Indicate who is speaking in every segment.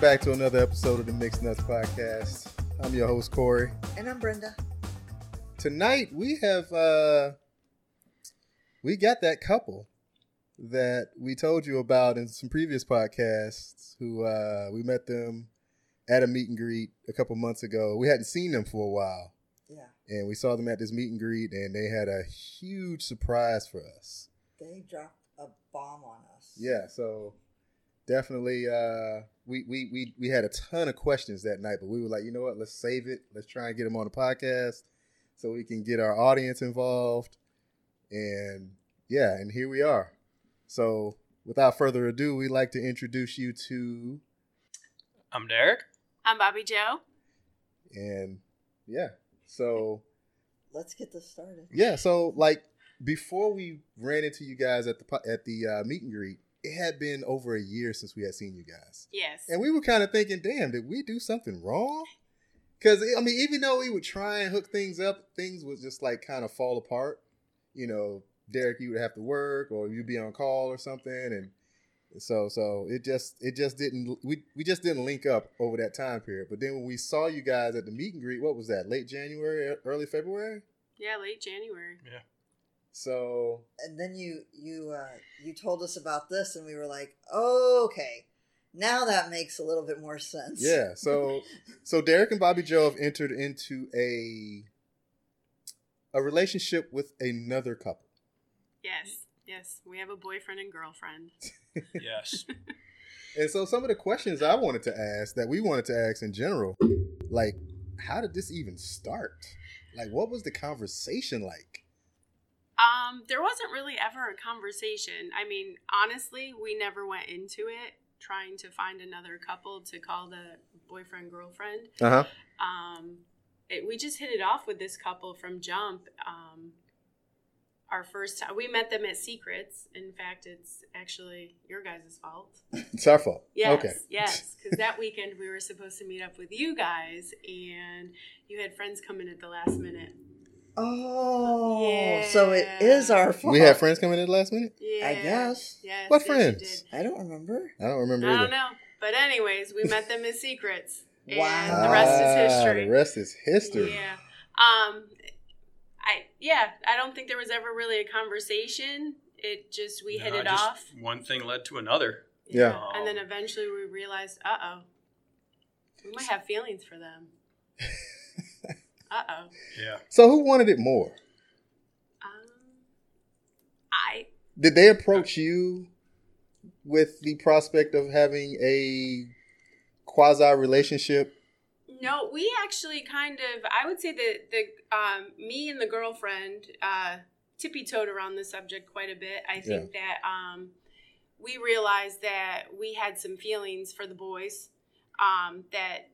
Speaker 1: back to another episode of the Mixed Nuts Podcast. I'm your host, Corey.
Speaker 2: And I'm Brenda.
Speaker 1: Tonight we have uh we got that couple that we told you about in some previous podcasts who uh we met them at a meet and greet a couple months ago. We hadn't seen them for a while.
Speaker 2: Yeah,
Speaker 1: And we saw them at this meet and greet and they had a huge surprise for us.
Speaker 2: they dropped a bomb on us.
Speaker 1: Yeah, so definitely uh we, we we we had a ton of questions that night, but we were like, you know what, let's save it. Let's try and get them on the podcast so we can get our audience involved. And yeah, and here we are. So without further ado, we'd like to introduce you to
Speaker 3: I'm Derek.
Speaker 4: I'm Bobby Joe.
Speaker 1: and yeah. So
Speaker 2: Let's get this started.
Speaker 1: yeah, so like before we ran into you guys at the po- at the uh, meet and greet, it had been over a year since we had seen you guys.
Speaker 4: Yes.
Speaker 1: And we were kind of thinking, damn, did we do something wrong? Because, I mean, even though we would try and hook things up, things would just like kind of fall apart. You know, Derek, you would have to work or you'd be on call or something. And so, so it just, it just didn't, we, we just didn't link up over that time period. But then when we saw you guys at the meet and greet, what was that, late January, e- early February?
Speaker 4: yeah, late January.
Speaker 1: So,
Speaker 2: And then you you uh, you told us about this, and we were like, oh, okay, now that makes a little bit more sense.
Speaker 1: yeah. So, so Derek and Bobby Joe have entered into a, a relationship with another couple.
Speaker 4: Yes. Yes. We have a boyfriend and girlfriend.
Speaker 3: Yes.
Speaker 1: And so some of the questions I wanted to ask that we wanted to ask in general, like how did this even start? Like what was the conversation like?
Speaker 4: Um, there wasn't really ever a conversation. I mean, honestly, we never went into it trying to find another couple to call the boyfriend girlfriend.
Speaker 1: Uh-huh.
Speaker 4: Um, it, we just hit it off with this couple from Jump. Um, our first time, we met them at Secrets. In fact, it's actually your guys' fault.
Speaker 1: It's our fault.
Speaker 4: Yes,
Speaker 1: Okay.
Speaker 4: yes, because that weekend we were supposed to meet up with you guys, and you had friends come in at the last minute.
Speaker 2: Oh, so it is our fault.
Speaker 1: We had friends coming in the last minute?
Speaker 4: Yeah,
Speaker 2: I guess.
Speaker 4: Yes,
Speaker 1: What
Speaker 4: yes,
Speaker 1: friends?
Speaker 4: you did.
Speaker 2: I don't remember.
Speaker 1: I don't remember
Speaker 4: I
Speaker 1: either.
Speaker 4: don't know, but anyways, we met them as secrets. And
Speaker 2: Wow.
Speaker 4: The rest is
Speaker 1: Ah,
Speaker 4: history.
Speaker 1: The rest is history.
Speaker 4: Yeah. Um, I yeah, I don't think there was ever really a conversation. It just we hit
Speaker 3: No,
Speaker 4: it
Speaker 3: just
Speaker 4: off.
Speaker 3: One thing led to another.
Speaker 1: Yeah.
Speaker 4: And then eventually we realized, uh oh, we might have feelings for them. uh oh.
Speaker 3: Yeah.
Speaker 1: So who wanted it more?
Speaker 4: Um, I
Speaker 1: Did they approach you with the prospect of having a quasi relationship?
Speaker 4: no, we actually kind of. I would say that the um, me and the girlfriend uh, tippy toed around the subject quite a bit. I think that um, we realized that we had some feelings for the boys um, that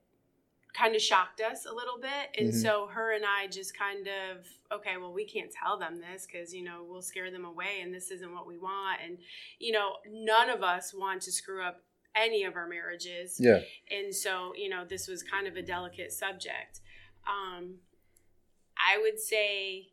Speaker 4: kind of shocked us a little bit, and
Speaker 1: Mhm.
Speaker 4: so her and I just kind of okay, well, we can't tell them this because you know we'll scare them away, and this isn't what we want, and you know none of us want to screw up any of our marriages.
Speaker 1: Yeah.
Speaker 4: And so, you know, this was kind of a delicate subject. Um, I would say,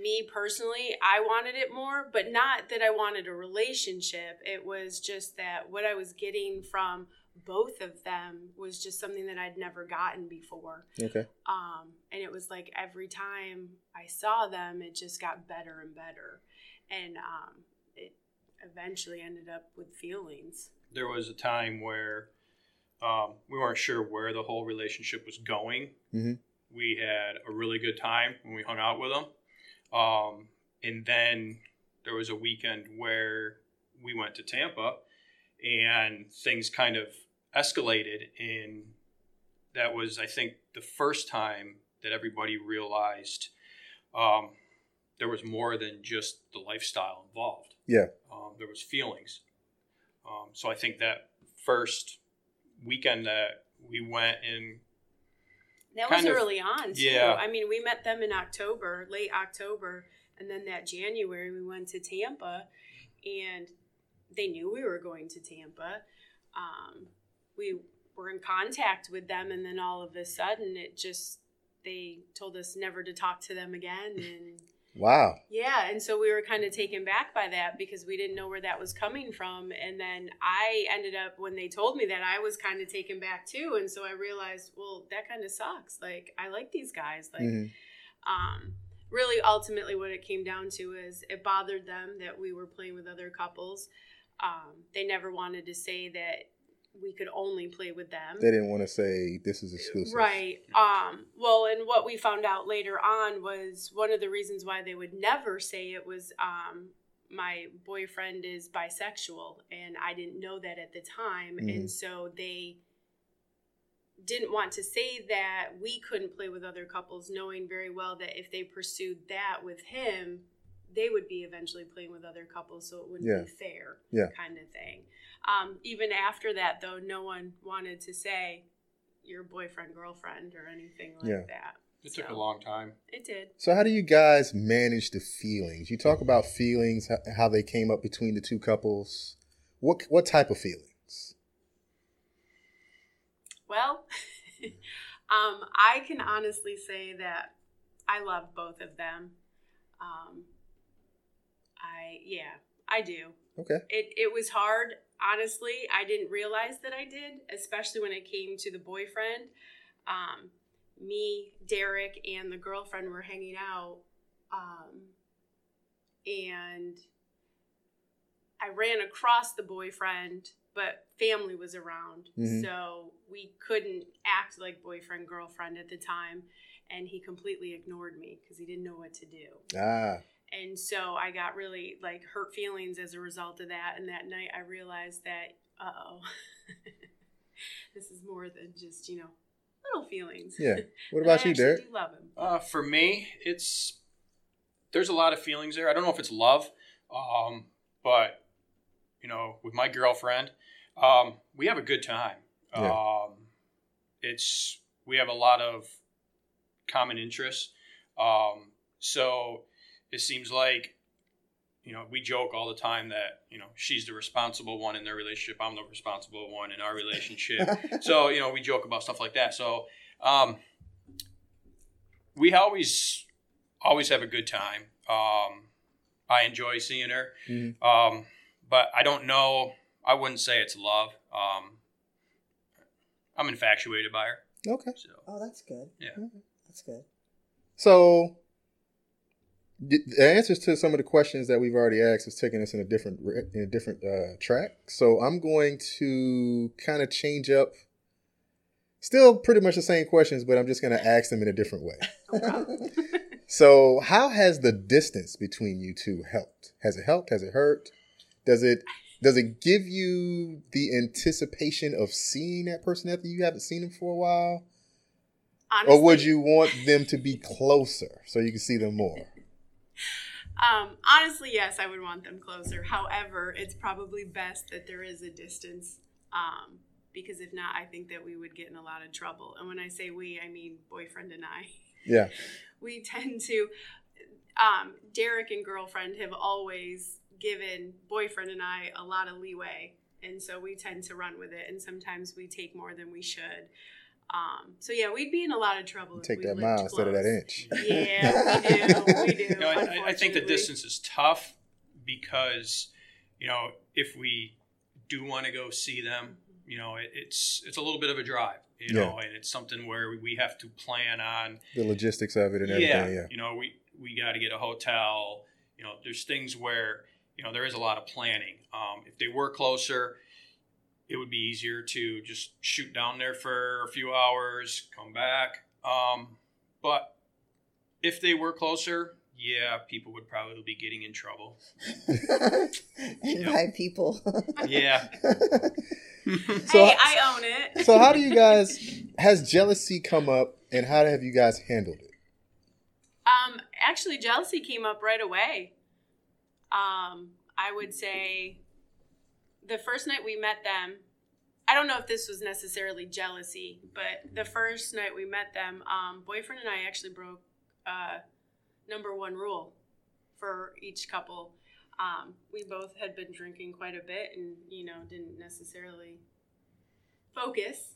Speaker 4: me personally, I wanted it more, but not that I wanted a relationship. It was just that what I was getting from both of them was just something that I'd never gotten before.
Speaker 1: Okay.
Speaker 4: Um, and it was like every time I saw them, it just got better and better. And um, it eventually ended up with feelings.
Speaker 3: There was a time where um, we weren't sure where the whole relationship was going.
Speaker 1: Mhm.
Speaker 3: We had a really good time when we hung out with them. Um, and then there was a weekend where we went to Tampa and things kind of escalated. And that was, I think, the first time that everybody realized um, there was more than just the lifestyle involved.
Speaker 1: Yeah.
Speaker 3: Um, there was feelings. Um, so I think that first weekend that we went and
Speaker 4: That
Speaker 3: kind
Speaker 4: was
Speaker 3: of-
Speaker 4: early on, too.
Speaker 3: yeah.
Speaker 4: I mean, we met them in October, late October, and then that January we went to Tampa, and they knew we were going to Tampa. Um, we were in contact with them, and then all of a sudden, it just they told us never to talk to them again, and
Speaker 1: Wow.
Speaker 4: Yeah, and so we were kind of taken back by that because we didn't know where that was coming from. And then I ended up when they told me that I was kind of taken back too, and so I realized, well, that kind of sucks. Like I like these guys. Like,
Speaker 1: Mhm.
Speaker 4: um, really, ultimately, what it came down to is it bothered them that we were playing with other couples. Um, they never wanted to say that we could only play with them.
Speaker 1: They didn't want to say this is exclusive.
Speaker 4: Right. Um, well, and what we found out later on was one of the reasons why they would never say it was um, my boyfriend is bisexual, and I didn't know that at the time,
Speaker 1: Mhm.
Speaker 4: and so they didn't want to say that we couldn't play with other couples, knowing very well that if they pursued that with him, they would be eventually playing with other couples, so it wouldn't
Speaker 1: Yeah.
Speaker 4: be fair,
Speaker 1: Yeah.
Speaker 4: kind of thing. Um, even after that, though, no one wanted to say your boyfriend, girlfriend, or anything like
Speaker 1: Yeah.
Speaker 4: that.
Speaker 3: It took
Speaker 4: So,
Speaker 3: a long time.
Speaker 4: It did.
Speaker 1: So how do you guys manage the feelings? You talk about feelings, h- how they came up between the two couples. What what type of feelings?
Speaker 4: Well, um, I can honestly say that I love both of them. Um, I yeah, I do.
Speaker 1: Okay.
Speaker 4: It it was hard. Honestly, I didn't realize that I did, especially when it came to the boyfriend. Um, me, Derek, and the girlfriend were hanging out, um, and I ran across the boyfriend, but family was around,
Speaker 1: Mhm.
Speaker 4: so we couldn't act like boyfriend girlfriend at the time. And he completely ignored me because he didn't know what to do
Speaker 1: Ah,
Speaker 4: and so I got really like hurt feelings as a result of that. And that night I realized that, uh oh, this is more than just you know little feelings.
Speaker 1: yeah. What
Speaker 4: And I
Speaker 1: about you,
Speaker 4: actually
Speaker 1: Derek?
Speaker 4: do love him.
Speaker 3: Uh, for me, it's there's a lot of feelings there. I don't know if it's love, um, but you know, with my girlfriend, um, we have a good time.
Speaker 1: Yeah.
Speaker 3: Um, it's we have a lot of common interests. Um, so it seems like you know we joke all the time that you know she's the responsible one in their relationship. I'm the responsible one in our relationship. so you know we joke about stuff like that. So um, we always always have a good time. Um, I enjoy seeing her,
Speaker 1: Mhm.
Speaker 3: um, but I don't know. I wouldn't say it's love. Um, I'm infatuated by her.
Speaker 1: Okay.
Speaker 3: So
Speaker 2: Oh, that's good.
Speaker 3: Yeah.
Speaker 2: That's good.
Speaker 1: So the the answers to some of the questions that we've already asked is taking us in a different re- in a different uh, track. So I'm going to kind of change up. Still pretty much the same questions, but I'm just going to ask them in a different way.
Speaker 4: No problem.
Speaker 1: So, how has the distance between you two helped? Has it helped? Has it hurt? Does it does it give you the anticipation of seeing that person after you haven't seen them for a while,
Speaker 4: Honestly,
Speaker 1: or would you want them to be closer so you can see them more?
Speaker 4: Um, honestly, yes, I would want them closer. However, it's probably best that there is a distance. Um, because if not, I think that we would get in a lot of trouble. And when I say we, I mean boyfriend and I.
Speaker 1: Yeah.
Speaker 4: we tend to um, derek and girlfriend have always given boyfriend and i a lot of leeway and so we tend to run with it and sometimes we take more than we should um, so yeah we'd be in a lot of trouble if
Speaker 1: Take
Speaker 4: we
Speaker 1: that
Speaker 4: lived
Speaker 1: mile instead of that
Speaker 4: close.
Speaker 1: inch.
Speaker 4: yeah we do we do
Speaker 3: you know, I- I, I think the
Speaker 4: unfortunately.
Speaker 3: distance is tough because you know if we do want to go see them, you know, it, it's it's a little bit of a drive. You
Speaker 1: Yeah.
Speaker 3: know, and it's something where we have to plan on
Speaker 1: The logistics of it and everything. Yeah.
Speaker 3: you know, we we got to get a hotel. You know, there's things where you know there is a lot of planning. Um, if they were closer, it would be easier to just shoot down there for a few hours, come back. Um, but if they were closer, yeah, people would probably be getting in trouble.
Speaker 2: and by people.
Speaker 3: Yeah.
Speaker 1: So-
Speaker 4: hey i own it
Speaker 1: So, how do you guys has jealousy come up, and how have you guys handled it?
Speaker 4: Um, actually, jealousy came up right away. Um, I would say the first night we met them, I don't know if this was necessarily jealousy, but the first night we met them, um, boyfriend and I actually broke uh, number one rule for each couple. Um, we both had been drinking quite a bit and, you know, didn't necessarily focus.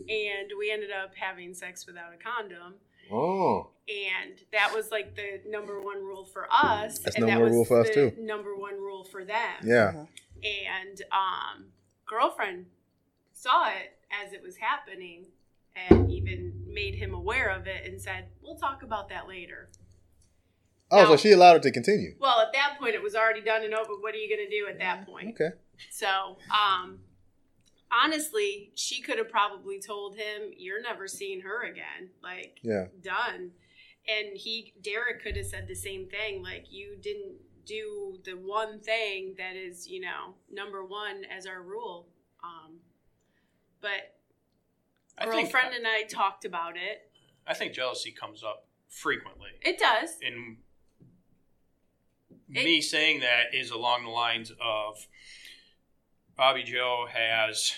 Speaker 4: And we ended up having sex without a condom
Speaker 1: Oh,
Speaker 4: and that was like the number one rule for us
Speaker 1: That's
Speaker 4: and
Speaker 1: number
Speaker 4: that
Speaker 1: one
Speaker 4: was
Speaker 1: rule for us,
Speaker 4: the
Speaker 1: too.
Speaker 4: number one rule for them
Speaker 1: yeah.
Speaker 4: and um girlfriend saw it as it was happening and even made him aware of it and said we'll talk about that later
Speaker 1: Oh, so
Speaker 4: Now-
Speaker 1: she allowed it to continue.
Speaker 4: well at that point it was already done and over what are you going to do at that point
Speaker 1: Okay.
Speaker 4: so um honestly she could have probably told him you're never seeing her again like
Speaker 1: Yeah.
Speaker 4: done. And he, Derek, could have said the same thing. Like, you didn't do the one thing that is, you know, number one as our rule. Um, but
Speaker 3: I think,
Speaker 4: girlfriend and I talked about it.
Speaker 3: I think jealousy comes up frequently.
Speaker 4: It does.
Speaker 3: And me saying that is along the lines of Bobby Joe has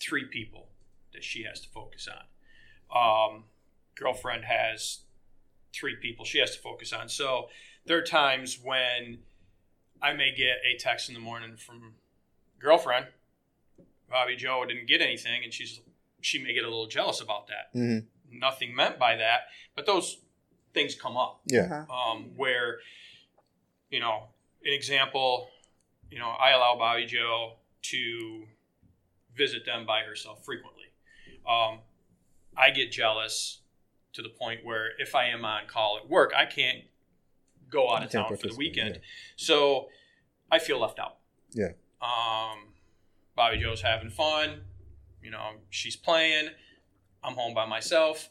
Speaker 3: three people that she has to focus on. Um, girlfriend has three people she has to focus on. So there are times when I may get a text in the morning from girlfriend. Bobby Joe didn't get anything, and she's she may get a little jealous about that.
Speaker 1: hmm
Speaker 3: Nothing meant by that, but those things come up
Speaker 1: Yeah.
Speaker 2: Uh-huh.
Speaker 3: um, where you know an example you know i allow bobby joe to visit them by herself frequently um, i get jealous to the point where if i am on call at work i can't go out
Speaker 1: You can't
Speaker 3: of town for the
Speaker 1: participate,
Speaker 3: weekend
Speaker 1: yeah.
Speaker 3: so i feel left out
Speaker 1: Yeah.
Speaker 3: um, bobby joe's having fun you know she's playing i'm home by myself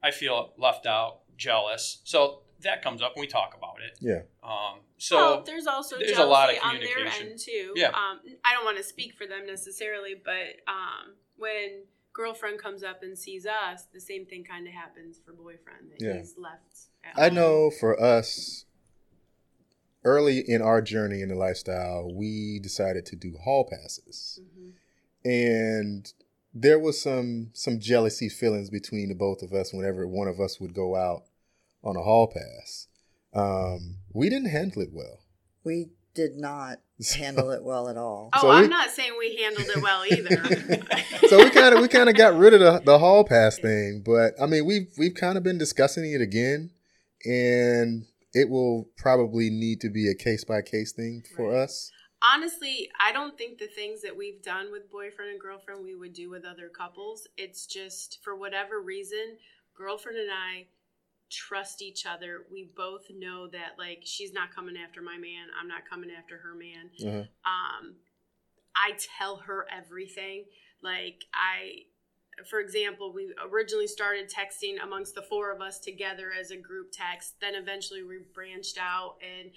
Speaker 3: I feel left out, jealous. So that comes up and we talk about it.
Speaker 1: Yeah.
Speaker 3: Um,
Speaker 4: well,
Speaker 3: so
Speaker 4: there's also
Speaker 3: there's
Speaker 4: jealousy
Speaker 3: a lot of
Speaker 4: on their
Speaker 3: communication.
Speaker 4: end too.
Speaker 3: Yeah.
Speaker 4: Um, I don't want to speak for them necessarily, but um, when girlfriend comes up and sees us, the same thing kind of happens for boyfriend. That
Speaker 1: Yeah.
Speaker 4: He's left. at
Speaker 1: I
Speaker 4: home.
Speaker 1: know for us, early in our journey in the lifestyle, we decided to do hall passes,
Speaker 4: Mhm.
Speaker 1: and there was some some jealousy feelings between the both of us whenever one of us would go out on a hall pass. Um, we didn't handle it well.
Speaker 2: We did not
Speaker 1: So-
Speaker 2: handle it well at all.
Speaker 4: Oh,
Speaker 1: So
Speaker 4: I'm
Speaker 1: we-
Speaker 4: not saying we handled it well either.
Speaker 1: so we kind of we kind of got rid of the, the hall pass thing, but I mean we've we've kind of been discussing it again, and it will probably need to be a case by case thing for
Speaker 4: Right.
Speaker 1: us.
Speaker 4: honestly, I don't think the things that we've done with boyfriend and girlfriend we would do with other couples. It's just for whatever reason, girlfriend and I trust each other. We both know that like she's not coming after my man, I'm not coming after her man.
Speaker 1: Uh-huh.
Speaker 4: um, I tell her everything. Like I, for example, we originally started texting amongst the four of us together as a group text. Then eventually we branched out, and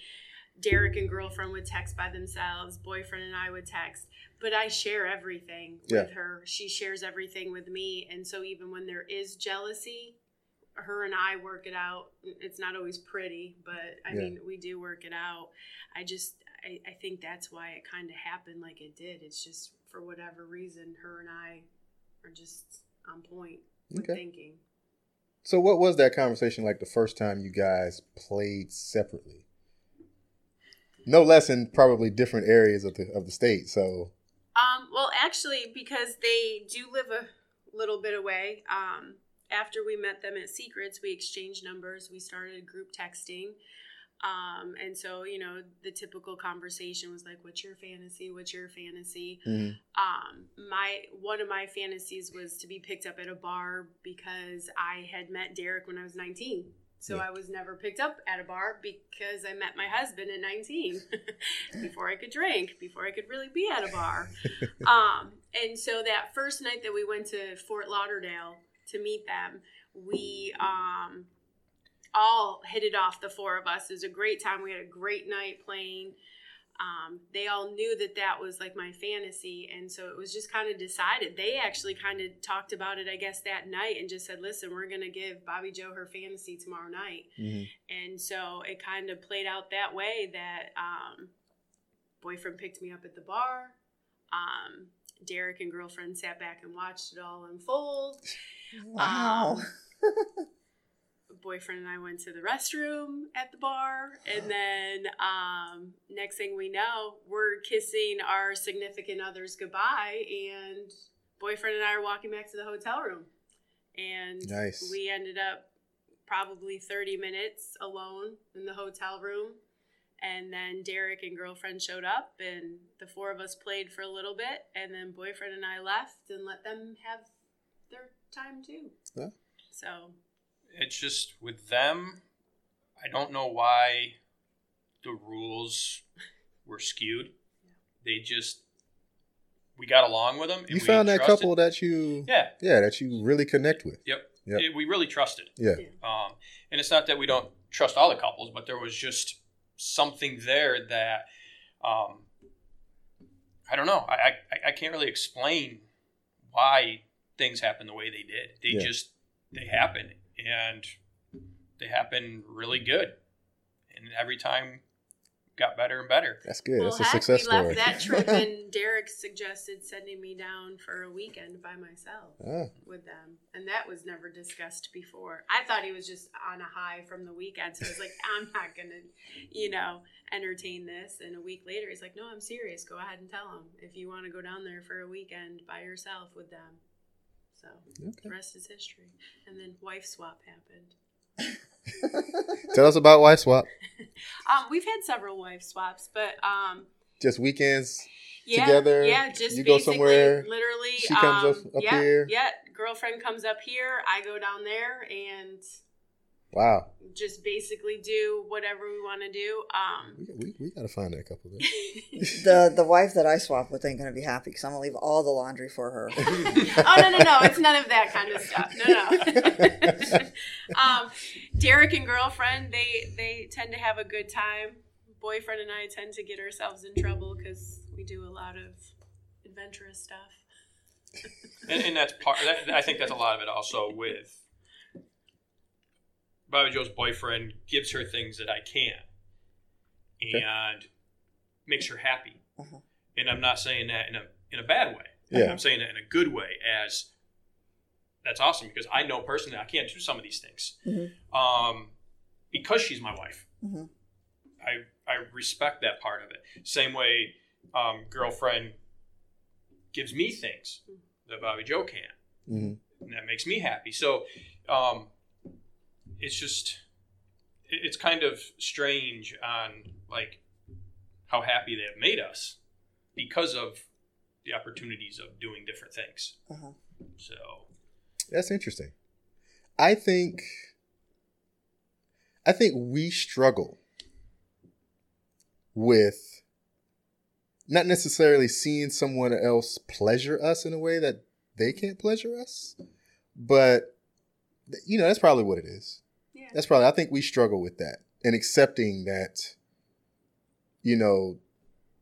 Speaker 4: Derek and girlfriend would text by themselves. Boyfriend and I would text. But I share everything with her. She shares everything with me, and so even when there is jealousy. Her and I work it out. It's not always pretty, but I
Speaker 1: Yeah.
Speaker 4: mean, we do work it out. I just I, I think that's why it kind of happened like it did. It's just for whatever reason, her and I are just on point with
Speaker 1: Okay.
Speaker 4: thinking.
Speaker 1: So what was that conversation like the first time you guys played separately? No less in probably different areas of the of the state. So
Speaker 4: Um, well, actually, because they do live a little bit away. Um, after we met them at Secrets, we exchanged numbers. We started group texting. Um, and so, you know, the typical conversation was like, what's your fantasy? What's your fantasy?
Speaker 1: mhm.
Speaker 4: um my one of my fantasies was to be picked up at a bar because I had met Derek when I was 19. So
Speaker 1: Yeah.
Speaker 4: I was never picked up at a bar because I met my husband at 19 before I could drink, before I could really be at a bar. um and so that first night that we went to Fort Lauderdale to meet them, we um all hit it off the four of us. It was a great time. We had a great night playing um, they all knew that that was like my fantasy and so it was just kind of decided they actually kind of talked about it i guess that night and just said listen we're going to give bobby joe her fantasy tomorrow night
Speaker 1: Mhm.
Speaker 4: and so it kind of played out that way that um, boyfriend picked me up at the bar um, derek and girlfriend sat back and watched it all unfold
Speaker 2: Wow.
Speaker 4: boyfriend and I went to the restroom at the bar, and then um, next thing we know, we're kissing our significant others goodbye, and boyfriend and I are walking back to the hotel room, and
Speaker 1: Nice.
Speaker 4: we ended up probably 30 minutes alone in the hotel room. And then Derek and girlfriend showed up, and the four of us played for a little bit. And then boyfriend and I left and let them have their time too.
Speaker 1: Yeah.
Speaker 4: So,
Speaker 3: It's just with them, I don't know why the rules were skewed. They just we got along with them. and
Speaker 1: You
Speaker 3: we
Speaker 1: found that
Speaker 3: trusted-
Speaker 1: couple that you,
Speaker 3: Yeah,
Speaker 1: yeah, that you really connect with. Yep.
Speaker 3: it- we really trusted.
Speaker 1: Yeah.
Speaker 4: Yeah.
Speaker 3: Um, and it's not that we don't trust all the couples, but there was just something there that um, I don't know. I, I I can't really explain why things happened the way they did. They
Speaker 1: Yeah.
Speaker 3: just they happened, and they happened really good. And every time got better and better.
Speaker 1: That's good.
Speaker 4: well,
Speaker 1: That's a
Speaker 4: heck,
Speaker 1: success
Speaker 4: we
Speaker 1: story.
Speaker 4: left that trip, and Derek suggested sending me down for a weekend by myself
Speaker 1: Ah,
Speaker 4: with them, and that was never discussed before. I thought he was just on a high from the weekend, so I was like, I'm not gonna, you know, entertain this. And a week later, he's like, No, I'm serious. Go ahead and tell him if you want to go down there for a weekend by yourself with them. So the
Speaker 1: okay.
Speaker 4: rest is history. And then wife swap happened.
Speaker 1: Tell us about wife swap.
Speaker 4: Um, we've had several wife swaps, but um,
Speaker 1: Just weekends.
Speaker 4: yeah,
Speaker 1: together,
Speaker 4: Yeah, just
Speaker 1: you go
Speaker 4: basically,
Speaker 1: somewhere,
Speaker 4: Literally,
Speaker 1: she comes
Speaker 4: um,
Speaker 1: up- up
Speaker 4: yeah,
Speaker 1: here.
Speaker 4: Yeah, girlfriend comes up here. I go down there and
Speaker 1: Wow.
Speaker 4: just basically do whatever we want to do.
Speaker 1: We,
Speaker 4: Um,
Speaker 1: we, we got to find that couple. Then.
Speaker 2: the the wife that I swap with ain't gonna be happy because I'm gonna leave all the laundry for her.
Speaker 4: oh no, no, no! It's none of that kind of stuff. No, no. um, Derek and girlfriend they they tend to have a good time. Boyfriend and I tend to get ourselves in trouble because we do a lot of adventurous stuff.
Speaker 3: and, and that's part. That, I think that's a lot of it. Also, with Bobby Joe's boyfriend gives her things that I can, and
Speaker 1: Okay.
Speaker 3: makes her happy.
Speaker 2: Uh-huh.
Speaker 3: And I'm not saying that in a in a bad way.
Speaker 1: Yeah.
Speaker 3: I'm saying that in a good way. As that's awesome because I know personally I can't do some of these things
Speaker 2: Mhm.
Speaker 3: um, because she's my wife.
Speaker 2: Mhm.
Speaker 3: I I respect that part of it. Same way, um, girlfriend gives me things that Bobby Joe can
Speaker 1: hmm
Speaker 3: and that makes me happy. So um, it's just it- it's kind of strange on like how happy they have made us because of the opportunities of doing different things.
Speaker 2: Uh-huh.
Speaker 3: So
Speaker 1: That's interesting. I think. I think we struggle with not necessarily seeing someone else pleasure us in a way that they can't pleasure us, but th- you know that's probably what it is.
Speaker 4: Yeah.
Speaker 1: That's probably I think we struggle with that and accepting that you know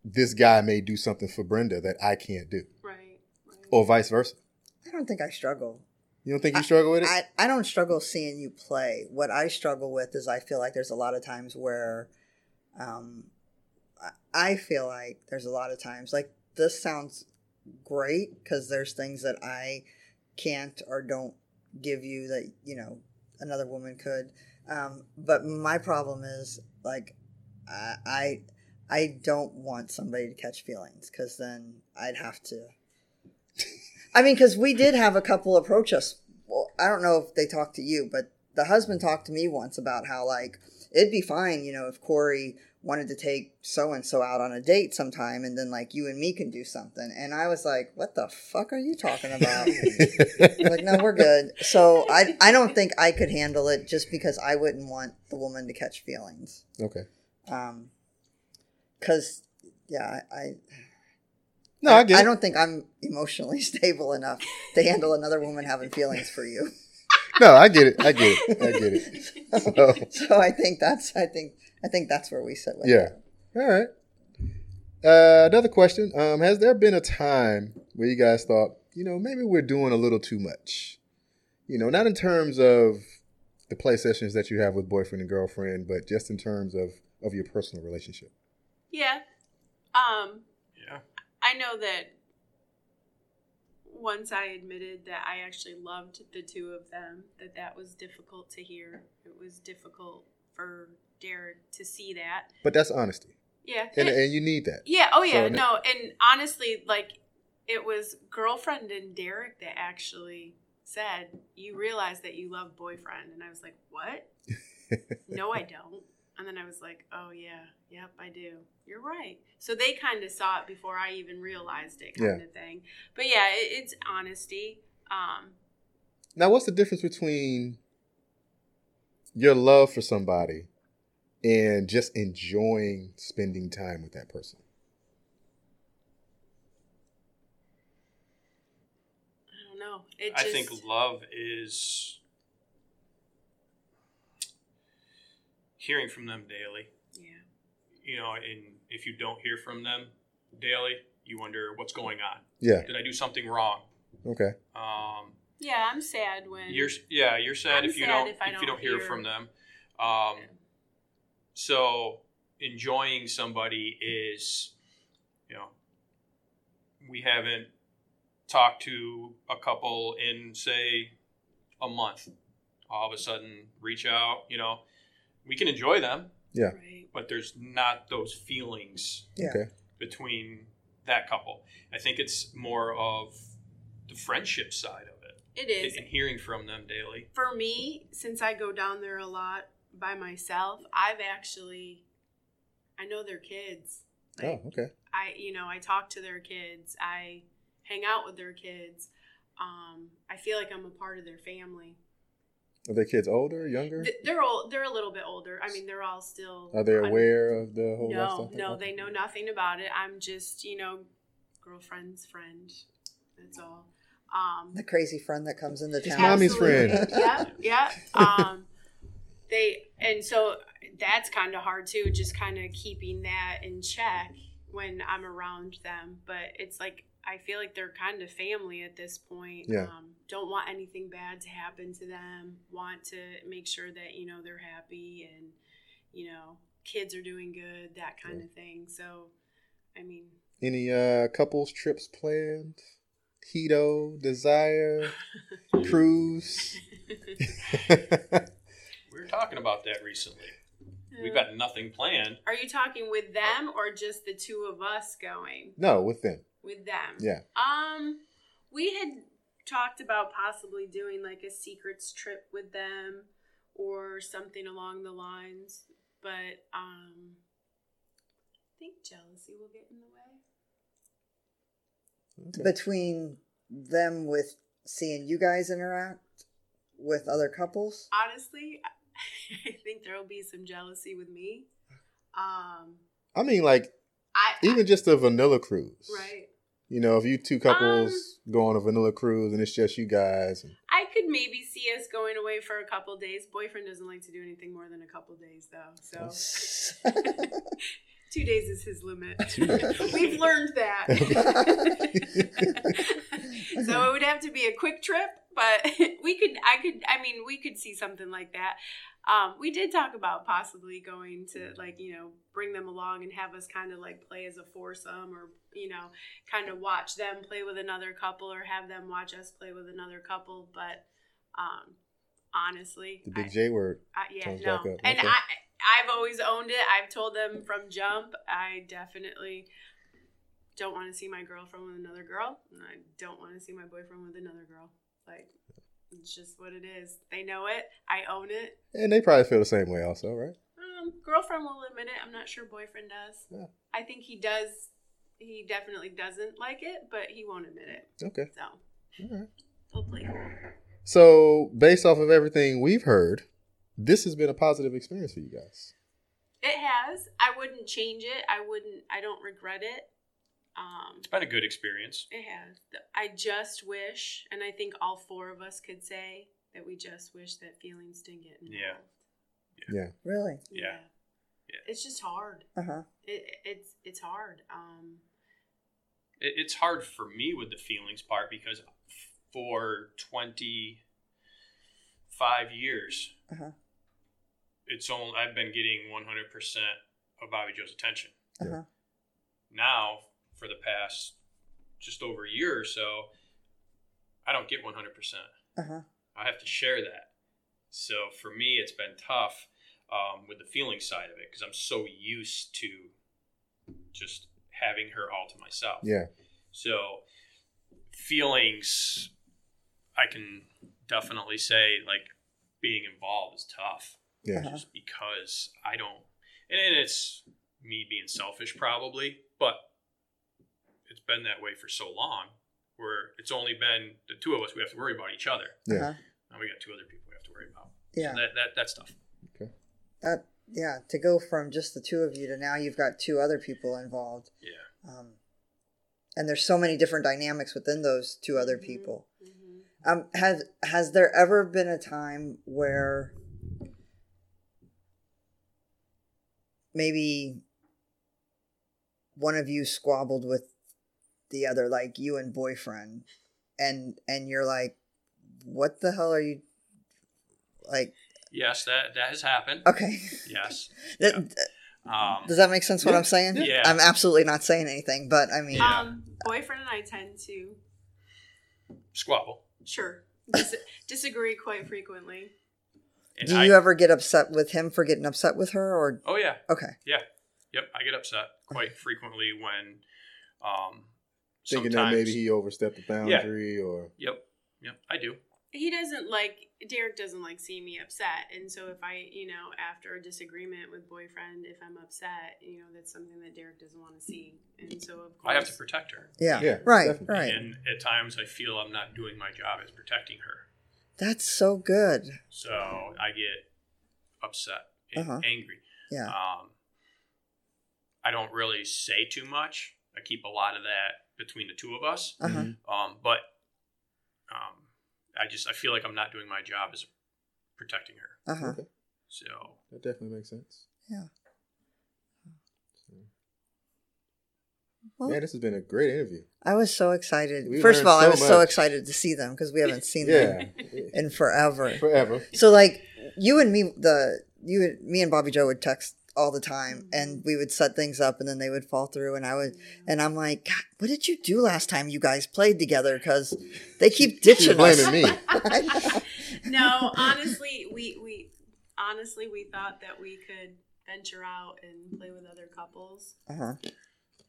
Speaker 1: this guy may do something for Brenda that I can't do
Speaker 4: Right. right.
Speaker 1: or vice versa.
Speaker 2: I don't think I struggle.
Speaker 1: You don't think you struggle with it?
Speaker 2: I, I don't struggle seeing you play. What I struggle with is I feel like there's a lot of times where um, I- I feel like there's a lot of times like this sounds great because there's things that I can't or don't give you that, you know, another woman could. Um, but my problem is like I, I I don't want somebody to catch feelings because then I'd have to. I mean, because we did have a couple approach us. Well, I don't know if they talked to you, but the husband talked to me once about how like it'd be fine, you know, if Corey wanted to take so and so out on a date sometime, and then like you and me can do something. And I was like, what the fuck are you talking about? like no we're good so I, I don't think i could handle it just because i wouldn't want the woman to catch feelings
Speaker 1: okay.
Speaker 2: um because yeah i
Speaker 1: No, I get
Speaker 2: i
Speaker 1: it.
Speaker 2: don't think i'm emotionally stable enough to handle another woman having feelings for you
Speaker 1: No, I get it. I get it. I get it. So,
Speaker 2: so i think that's i think i think that's where we sit with
Speaker 1: yeah. All right. Uh, another question. Um, has there been a time where you guys thought, you know, maybe we're doing a little too much? You know, not in terms of the play sessions that you have with boyfriend and girlfriend, but just in terms of of your personal relationship.
Speaker 4: Yeah. Um,
Speaker 3: yeah,
Speaker 4: I know that once I admitted that I actually loved the two of them, that that was difficult to hear. It was difficult for Derek to see that.
Speaker 1: But that's honesty,
Speaker 4: Yeah.
Speaker 1: and and you need that.
Speaker 4: yeah. Oh, yeah.
Speaker 1: So-
Speaker 4: no. And honestly, like, it was girlfriend and Derek that actually said, You realize that you love boyfriend. And I was like, What? no, I don't. And then I was like, Oh, yeah, yep, I do. You're right. So they kind of saw it before I even realized it, kind of thing. But yeah, it, it's honesty. Um,
Speaker 1: Now, what's the difference between your love for somebody and just enjoying spending time with that person?
Speaker 4: I don't know. It
Speaker 3: I
Speaker 4: just,
Speaker 3: think love is hearing from them daily.
Speaker 4: yeah.
Speaker 3: You know, and if you don't hear from them daily, you wonder what's going on.
Speaker 1: Yeah.
Speaker 3: Did I do something wrong?
Speaker 1: Okay.
Speaker 3: Um,
Speaker 4: Yeah, I'm sad when
Speaker 3: you're yeah, you're sad
Speaker 4: I'm
Speaker 3: if you
Speaker 4: sad
Speaker 3: don't if,
Speaker 4: if I
Speaker 3: you
Speaker 4: don't
Speaker 3: don't hear,
Speaker 4: hear-
Speaker 3: from them. Um, so enjoying somebody is, you know, we haven't talked to a couple in say a month. All of a sudden, reach out. You know, we can enjoy them,
Speaker 1: Yeah.
Speaker 4: right.
Speaker 3: but there's not those feelings
Speaker 2: Yeah.
Speaker 1: Okay.
Speaker 3: between that couple. I think it's more of the friendship side of it
Speaker 4: It is.
Speaker 3: and hearing from them daily.
Speaker 4: for me, since I go down there a lot by myself, I've actually I know their kids. Like
Speaker 1: Oh, okay.
Speaker 4: I you know, I talk to their kids, I hang out with their kids. Um, I feel like I'm a part of their family.
Speaker 1: Are their kids older, younger?
Speaker 4: Th- They're old. They're a little bit older. I mean, they're all still.
Speaker 1: Are they
Speaker 4: un-
Speaker 1: aware of the whole
Speaker 4: No,
Speaker 1: lifestyle?
Speaker 4: no, they know nothing about it. I'm just, you know, girlfriend's friend. That's all. Um,
Speaker 2: The crazy friend that comes into
Speaker 1: His
Speaker 2: town.
Speaker 1: mommy's
Speaker 4: Absolutely.
Speaker 1: friend.
Speaker 4: yep, yep. Um, they and so that's kind of hard too. Just kind of keeping that in check when I'm around them. But it's like I feel like they're kind of family at this point.
Speaker 1: Yeah.
Speaker 4: Um, don't want anything bad to happen to them. Want to make sure that you know they're happy and you know kids are doing good, that kind
Speaker 1: Yeah.
Speaker 4: of thing. So, I mean,
Speaker 1: Any uh, couples trips planned? Keto, desire, cruise.
Speaker 3: We were talking about that recently. We've got nothing planned.
Speaker 4: uh, Are you talking with them or just the two of us going
Speaker 1: no, with them.
Speaker 4: with them?
Speaker 1: Yeah.
Speaker 4: Um, we had talked about possibly doing like a secrets trip with them or something along the lines, but um, I think jealousy will get in the way.
Speaker 2: Between them with seeing you guys interact with other couples.
Speaker 4: Honestly, I think there will be some jealousy with me. Um,
Speaker 1: I mean, like
Speaker 4: I
Speaker 1: even just a vanilla cruise,
Speaker 4: right. Um,
Speaker 1: You know, if you two couples go on a vanilla cruise and it's just you guys, and
Speaker 4: I could maybe see us going away for a couple days. Boyfriend doesn't like to do anything more than a couple days, though. So two days is his limit. We've learned that. so it would have to be a quick trip, but we could, I could, I mean, we could see something like that. Um, we did talk about possibly going to like, you know, bring them along and have us kind of like play as a foursome or, you know, kind of watch them play with another couple or have them watch us play with another couple. But um, honestly,
Speaker 1: the
Speaker 4: I-
Speaker 1: big J word.
Speaker 4: I, yeah,
Speaker 1: Comes
Speaker 4: no.
Speaker 1: back up,
Speaker 4: And
Speaker 1: okay.
Speaker 4: I, I've always owned it. I've told them from jump. I definitely don't want to see my girlfriend with another girl, and I don't want to see my boyfriend with another girl. Like, it's just what it is. They know it. I own it.
Speaker 1: And they probably feel the same way, also, right?
Speaker 4: Um, girlfriend will admit it. I'm not sure boyfriend does.
Speaker 1: Yeah.
Speaker 4: I think he does. He definitely doesn't like it, but he won't admit it.
Speaker 1: Okay.
Speaker 4: So
Speaker 1: All right.
Speaker 4: he'll play cool.
Speaker 1: So, based off of everything we've heard, this has been a positive experience for you guys.
Speaker 4: It has. I wouldn't change it. I wouldn't. I don't regret it. Um,
Speaker 3: It's been a good experience.
Speaker 4: It has. Th- I just wish, and I think all four of us could say that we just wish that feelings didn't get involved.
Speaker 3: Yeah.
Speaker 2: really?
Speaker 3: Yeah. Yeah.
Speaker 4: It's just hard.
Speaker 2: Uh huh.
Speaker 4: It, it's it's hard. Um,
Speaker 3: It, it's hard for me with the feelings part because for 25 years,
Speaker 2: Uh-huh.
Speaker 3: it's only I've been getting 100% of Bobby Joe's attention.
Speaker 2: Uh
Speaker 1: Yeah.
Speaker 2: huh.
Speaker 3: Now, for the past just over a year or so, I don't get 100%.
Speaker 2: Uh huh.
Speaker 3: I have to share that. So for me, it's been tough um, with the feeling side of it because I'm so used to just having her all to myself.
Speaker 1: Yeah.
Speaker 3: So feelings, I can definitely say like being involved is tough
Speaker 1: Yeah.
Speaker 2: Uh-huh.
Speaker 3: just because I don't, and, and it's me being selfish probably, but it's been that way for so long where it's only been the two of us. We have to worry about each other.
Speaker 1: Yeah.
Speaker 2: Uh-huh.
Speaker 3: Now we got two other people we have to worry about.
Speaker 2: Yeah.
Speaker 3: That, that, that's tough.
Speaker 2: That yeah, to go from just the two of you to now you've got two other people involved.
Speaker 3: Yeah.
Speaker 2: Um, and there's so many different dynamics within those two other
Speaker 4: Mhm.
Speaker 2: people.
Speaker 4: Mhm.
Speaker 2: Um, has has there ever been a time where maybe one of you squabbled with the other, like you and boyfriend, and and you're like, what the hell are you like?
Speaker 3: Yes, that, that has happened.
Speaker 2: Okay,
Speaker 3: Yes.
Speaker 2: Th-
Speaker 3: Yeah. Um,
Speaker 2: does that make sense? What I'm saying?
Speaker 3: Yeah.
Speaker 2: I'm absolutely not saying anything, but I mean,
Speaker 3: Yeah.
Speaker 4: Um, boyfriend and I tend to
Speaker 3: squabble.
Speaker 4: sure dis- disagree quite frequently.
Speaker 3: And
Speaker 2: do
Speaker 3: I,
Speaker 2: you uh, ever get upset with him for getting upset with her, or
Speaker 3: oh yeah,
Speaker 2: okay,
Speaker 3: yep. I get upset quite frequently when, um,
Speaker 1: Thinking that
Speaker 3: sometimes-
Speaker 1: maybe he overstepped the boundary or
Speaker 3: Yep, yep. I do.
Speaker 4: He doesn't like Derek doesn't like seeing me upset, and so if I you know after a disagreement with boyfriend, if I'm upset, you know that's something that Derek doesn't want to see, and so of course
Speaker 3: I have to protect her.
Speaker 2: yeah,
Speaker 1: Yeah,
Speaker 2: right,
Speaker 1: definitely.
Speaker 2: right.
Speaker 3: And at times I feel I'm not doing my job as protecting her.
Speaker 2: That's so good.
Speaker 3: So I get upset and
Speaker 2: Uh-huh.
Speaker 3: angry.
Speaker 2: Yeah.
Speaker 3: Um, I don't really say too much. I keep a lot of that between the two of us.
Speaker 2: Uh-huh.
Speaker 1: Mhm.
Speaker 3: Um, but um, I just I feel like I'm not doing my job as protecting her.
Speaker 2: Uh huh.
Speaker 1: Okay.
Speaker 3: So
Speaker 1: that definitely makes sense.
Speaker 2: Yeah.
Speaker 1: So-
Speaker 2: Well,
Speaker 1: Man, this has been a great interview.
Speaker 2: I was so excited.
Speaker 1: We
Speaker 2: First of all,
Speaker 1: learned
Speaker 2: I
Speaker 1: so
Speaker 2: was so
Speaker 1: much.
Speaker 2: excited to see them because we haven't seen them
Speaker 1: Yeah,
Speaker 2: in forever.
Speaker 1: forever.
Speaker 2: So like you and me, the you and me and Bobby Joe would text all the time,
Speaker 3: Mm-hmm.
Speaker 2: and we would set things up, and then they would fall through, and I would. And I'm like, God, what did you do last time you guys played together? Because they keep
Speaker 1: She's
Speaker 2: ditching us.
Speaker 1: blaming me.
Speaker 4: no, honestly, we we honestly we thought that we could venture out and play with other couples,
Speaker 2: Uh-huh.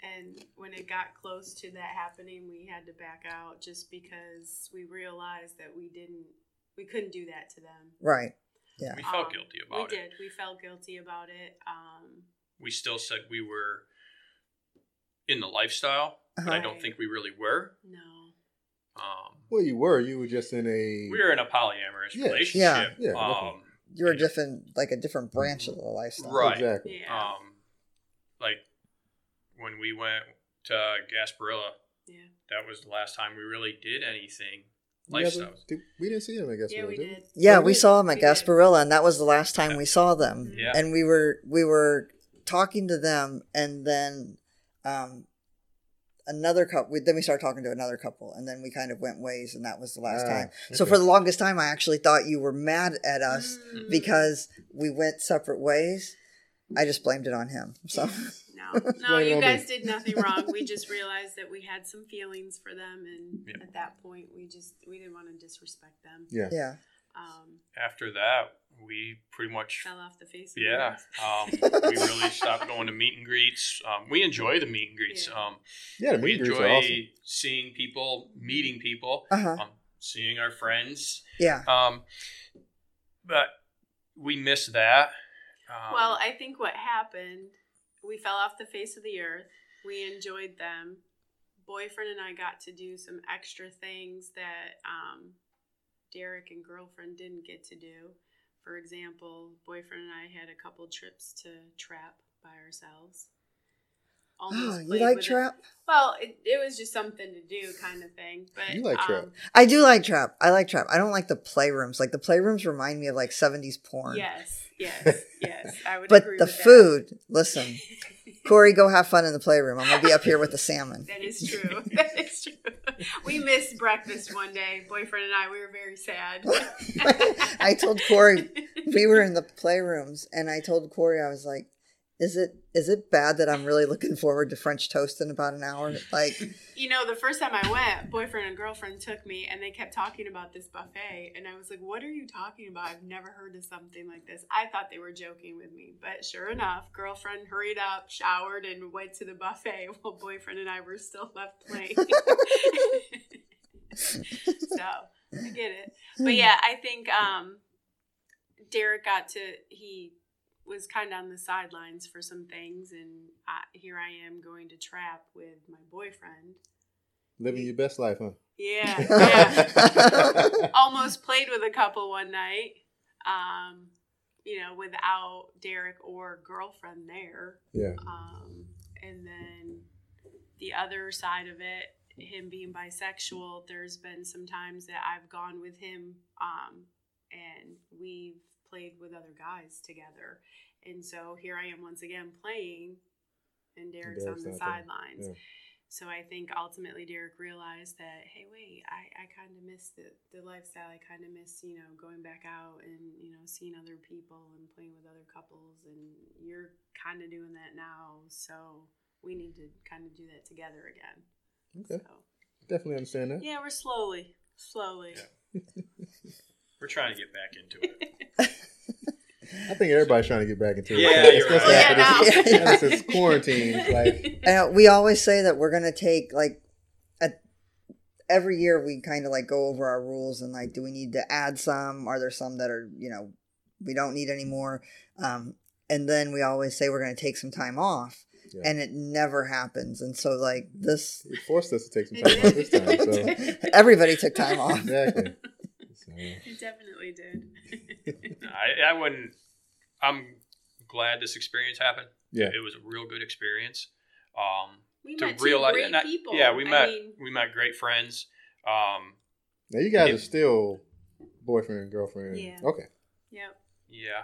Speaker 4: and when it got close to that happening, we had to back out just because we realized that we didn't we couldn't do that to them.
Speaker 2: Right.
Speaker 3: we felt
Speaker 4: Um,
Speaker 3: guilty about
Speaker 4: we
Speaker 3: it.
Speaker 4: did. We felt guilty about it. Um,
Speaker 3: We still said we were in the lifestyle, but I
Speaker 2: Uh-huh.
Speaker 3: don't think we really were.
Speaker 4: no,
Speaker 3: Um,
Speaker 1: Well, you were. You were just in a.
Speaker 3: we were in a polyamorous
Speaker 1: Yeah.
Speaker 3: relationship.
Speaker 1: Yeah, yeah,
Speaker 3: um,
Speaker 2: You were different, like a different branch of the lifestyle.
Speaker 3: Right.
Speaker 1: Exactly.
Speaker 4: yeah,
Speaker 3: um, like when we went to Gasparilla,
Speaker 4: yeah,
Speaker 3: that was the last time we really did anything
Speaker 1: You ever-
Speaker 3: lifestyle.
Speaker 1: did- we didn't see him, I guess.
Speaker 4: yeah.
Speaker 1: really,
Speaker 4: We did.
Speaker 2: Yeah,
Speaker 1: We
Speaker 2: we
Speaker 1: did.
Speaker 2: saw them at
Speaker 4: We did.
Speaker 2: Gasparilla, and that was the last time we saw
Speaker 1: Mm.
Speaker 2: them.
Speaker 3: Yeah.
Speaker 2: And we were we were talking to them, and then um, another couple. Then we started talking to another couple, and then we kind of went ways, and that was the last
Speaker 1: Ah,
Speaker 2: time. So
Speaker 1: okay.
Speaker 2: for the longest time, I actually thought you were mad at us
Speaker 4: Mm,
Speaker 2: because we went separate ways. I just blamed it on him. So
Speaker 4: No, no,
Speaker 1: Blame it
Speaker 4: you
Speaker 1: on
Speaker 4: guys
Speaker 1: me.
Speaker 4: did nothing wrong. We just realized that we had some feelings for them, and
Speaker 3: Yeah.
Speaker 4: at that point, we just we didn't want to disrespect them.
Speaker 1: Yeah.
Speaker 2: yeah,
Speaker 4: Um,
Speaker 3: After that, we pretty much,
Speaker 4: fell off the face. of the
Speaker 3: yeah,
Speaker 4: earth.
Speaker 3: um, we really stopped going to meet and greets. Um, we enjoy the meet and greets.
Speaker 4: Yeah.
Speaker 3: Um,
Speaker 1: Yeah, the
Speaker 3: we
Speaker 1: meet and greets
Speaker 3: enjoy
Speaker 1: are awesome.
Speaker 3: seeing people, meeting people,
Speaker 2: uh huh,
Speaker 3: um, seeing our friends.
Speaker 2: yeah,
Speaker 3: Um, but we miss that. Um,
Speaker 4: Well, I think what happened, we fell off the face of the earth. We enjoyed them. Boyfriend and I got to do some extra things that um, Derek and girlfriend didn't get to do. For example, boyfriend and I had a couple trips to trap by ourselves.
Speaker 2: oh, you
Speaker 4: played
Speaker 2: like
Speaker 4: with it.
Speaker 2: trap?
Speaker 4: Well, it, it was just something to do, kind of thing. But
Speaker 1: You like
Speaker 4: um,
Speaker 1: trap.
Speaker 2: I do like trap. I like trap. I don't like the playrooms. Like the playrooms remind me of like seventies porn.
Speaker 4: um, Yes, yes, yes. I would.
Speaker 2: But
Speaker 4: agree
Speaker 2: the
Speaker 4: with that.
Speaker 2: food, listen, Corey, go have fun in the playroom. I'm gonna be up here with the salmon.
Speaker 4: That is true. That is true. We missed breakfast one day, boyfriend and I. We were very sad.
Speaker 2: I told Corey we were in the playrooms, and I told Corey I was like, "Is it is it bad that I'm really looking forward to French toast in about an hour?" Like,
Speaker 4: You know, the first time I went, boyfriend and girlfriend took me, and they kept talking about this buffet, and I was like, "What are you talking about? I've never heard of something like this." I thought they were joking with me, but sure enough, girlfriend hurried up, showered, and went to the buffet, while boyfriend and I were still left playing. so I get it. But yeah, I think um, Derek got to he was kind of on the sidelines for some things, and I, here I am going to trap with my boyfriend.
Speaker 1: Living your best life, huh?
Speaker 4: Yeah, yeah. Almost played with a couple one night. Um, you know, without Derek or girlfriend there.
Speaker 1: yeah.
Speaker 4: Um, and then the other side of it, him being bisexual, there's been some times that I've gone with him um, and we've played with other guys together. And so here I am once again playing, and Derek's,
Speaker 1: Derek's
Speaker 4: on the
Speaker 1: not there.
Speaker 4: sidelines.
Speaker 1: Yeah.
Speaker 4: So I think ultimately Derek realized that, hey, wait, I, I kind of miss the, the lifestyle. I kind of miss, you know, going back out and, you know, seeing other people and playing with other couples. And you're kind of doing that now. So we need to kind of do that together again.
Speaker 1: Okay.
Speaker 4: So,
Speaker 1: Definitely understand that.
Speaker 4: yeah, we're slowly, slowly.
Speaker 3: Yeah. We're trying to get back into it.
Speaker 1: I think everybody's trying to get back into it.
Speaker 3: Yeah, you're
Speaker 1: Especially
Speaker 3: right.
Speaker 1: after
Speaker 4: Yeah,
Speaker 1: this-
Speaker 2: no.
Speaker 1: after this quarantine. It's Like,
Speaker 2: Uh, we always say that we're gonna take like a, every year we kind of like go over our rules and like do we need to add some are there some that are you know we don't need anymore um, and then we always say we're gonna take some time off
Speaker 1: Yeah.
Speaker 2: and it never happens and so like this
Speaker 1: it forced us to take some time off this time. So,
Speaker 2: everybody took time off
Speaker 1: exactly. So,
Speaker 4: It definitely did.
Speaker 3: I, I wouldn't. I'm glad this experience happened.
Speaker 1: yeah.
Speaker 3: It was a real good experience. Um,
Speaker 4: we
Speaker 3: to
Speaker 4: met two
Speaker 3: realize,
Speaker 4: great
Speaker 3: and I-
Speaker 4: people.
Speaker 3: yeah, we
Speaker 4: I
Speaker 3: met
Speaker 4: mean,
Speaker 3: we met great friends. Um,
Speaker 1: Now, you guys
Speaker 3: Yeah.
Speaker 1: are still boyfriend and girlfriend.
Speaker 4: Yeah.
Speaker 1: Okay.
Speaker 4: yep,
Speaker 3: yeah,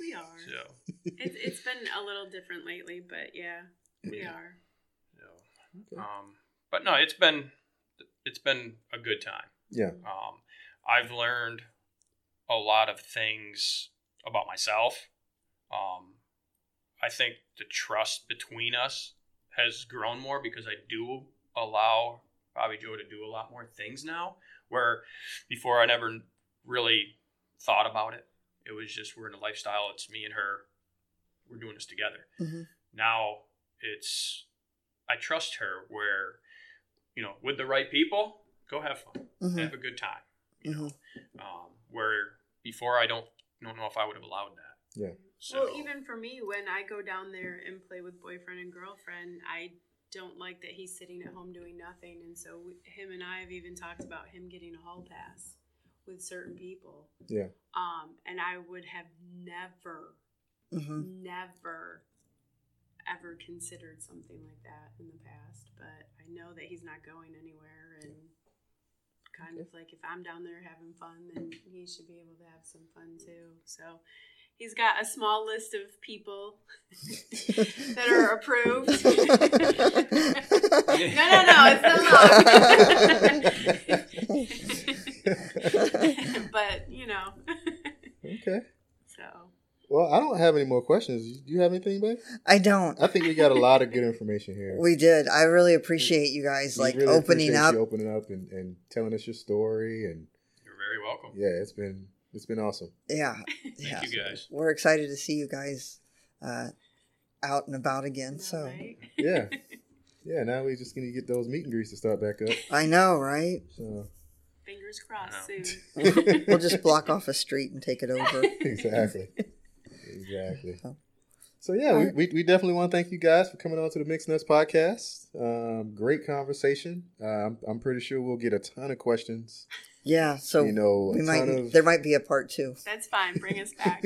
Speaker 4: we are.
Speaker 3: so
Speaker 4: It's, it's been a little different lately, but yeah, we are.
Speaker 3: so, um, but no, it's been it's been a good time.
Speaker 1: Yeah.
Speaker 3: Um, I've learned a lot of things about myself. Um, I think the trust between us has grown more because I do allow Bobby Joe to do a lot more things now, where before I never really thought about it. It was just we're in a lifestyle, it's me and her, we're doing this together.
Speaker 2: Mhm.
Speaker 3: Now it's, I trust her where, you know, with the right people, go have fun
Speaker 4: Mm-hmm.
Speaker 2: Mhm.
Speaker 3: have a good time. You know, um, where before I don't don't know if I would have allowed that.
Speaker 1: Yeah.
Speaker 3: So
Speaker 4: well, even for me, when I go down there and play with boyfriend and girlfriend, I don't like that he's sitting at home doing nothing. And so we, him and I have even talked about him getting a hall pass with certain people.
Speaker 1: Yeah.
Speaker 4: Um, and I would have never,
Speaker 2: Mhm.
Speaker 4: never, ever considered something like that in the past. But I know that he's not going anywhere and. Kind of like if I'm down there having fun, then he should be able to have some fun too. So, He's got a small list of people that are approved. no, no, no, it's still long. but you know,
Speaker 1: Okay.
Speaker 4: so
Speaker 1: Well, I don't have any more questions. Do you have anything, babe?
Speaker 2: i don't
Speaker 1: I think we got a lot of good information here.
Speaker 2: we did i really appreciate you guys
Speaker 1: We
Speaker 2: like
Speaker 1: really
Speaker 2: opening
Speaker 1: appreciate
Speaker 2: up
Speaker 1: you opening up and, and telling us your story and
Speaker 3: you're very welcome.
Speaker 1: yeah, it's been it's been awesome.
Speaker 2: yeah
Speaker 3: Thank
Speaker 2: yeah
Speaker 3: you guys.
Speaker 2: we're excited to see you guys uh, out and about again. So
Speaker 4: right?
Speaker 1: Yeah. Yeah, now we just gonna get those meet and greets to start back up.
Speaker 2: I know, right?
Speaker 1: So
Speaker 4: fingers crossed
Speaker 3: Yeah.
Speaker 4: soon.
Speaker 2: We'll just block off a street and take it over.
Speaker 1: exactly. Exactly.
Speaker 2: Oh.
Speaker 1: So yeah,
Speaker 2: All
Speaker 1: we,
Speaker 2: right.
Speaker 1: we, we definitely want to thank you guys for coming on to the Mixed Nuts podcast. Um, great conversation. Uh, I'm, I'm pretty sure we'll get a ton of questions.
Speaker 2: Yeah, so
Speaker 1: you know, a
Speaker 2: we might
Speaker 1: ton of
Speaker 2: there might be a part two.
Speaker 4: That's fine. Bring us back.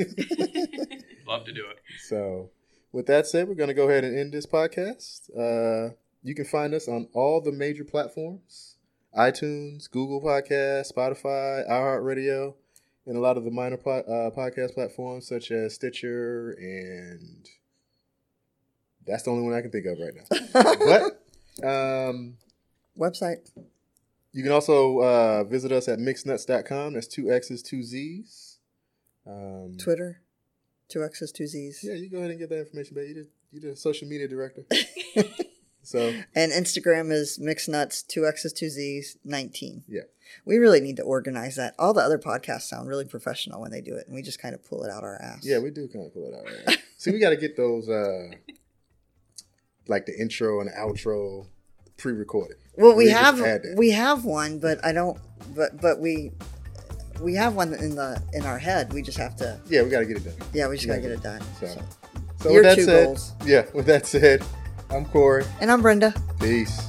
Speaker 3: Love to do it.
Speaker 1: So, with that said, we're going to go ahead and end this podcast. Uh, you can find us on all the major platforms iTunes, Google Podcasts, Spotify, iHeartRadio, and a lot of the minor po- uh, podcast platforms such as Stitcher. And that's the only one I can think of right now. but um,
Speaker 2: Website.
Speaker 1: you can also uh, visit us at mixnuts.com. That's two X's, two Z's. Um,
Speaker 2: Twitter. Two X's, two Z's.
Speaker 1: Yeah, you go ahead and get that information, babe. You did you did social media director. so
Speaker 2: And Instagram is mixnuts, two X's, two Z's, nineteen.
Speaker 1: Yeah.
Speaker 2: We really need to organize that. All the other podcasts sound really professional when they do it, and we just kind of pull it out our ass.
Speaker 1: yeah, we do kind of pull it out. Right? See, we got to get those uh like the intro and outro pre-recorded.
Speaker 2: Well, we,
Speaker 1: We just
Speaker 2: have
Speaker 1: had that.
Speaker 2: we have one, but I don't. But but we we have one in the in our head. We just have to.
Speaker 1: Yeah, we got to get it done.
Speaker 2: Yeah, we just gotta
Speaker 1: Yeah.
Speaker 2: get it done.
Speaker 1: So,
Speaker 2: So-
Speaker 1: so
Speaker 2: Your
Speaker 1: with that
Speaker 2: two
Speaker 1: said,
Speaker 2: goals.
Speaker 1: yeah. With that said, I'm Corey.
Speaker 2: And I'm Brenda.
Speaker 1: Peace.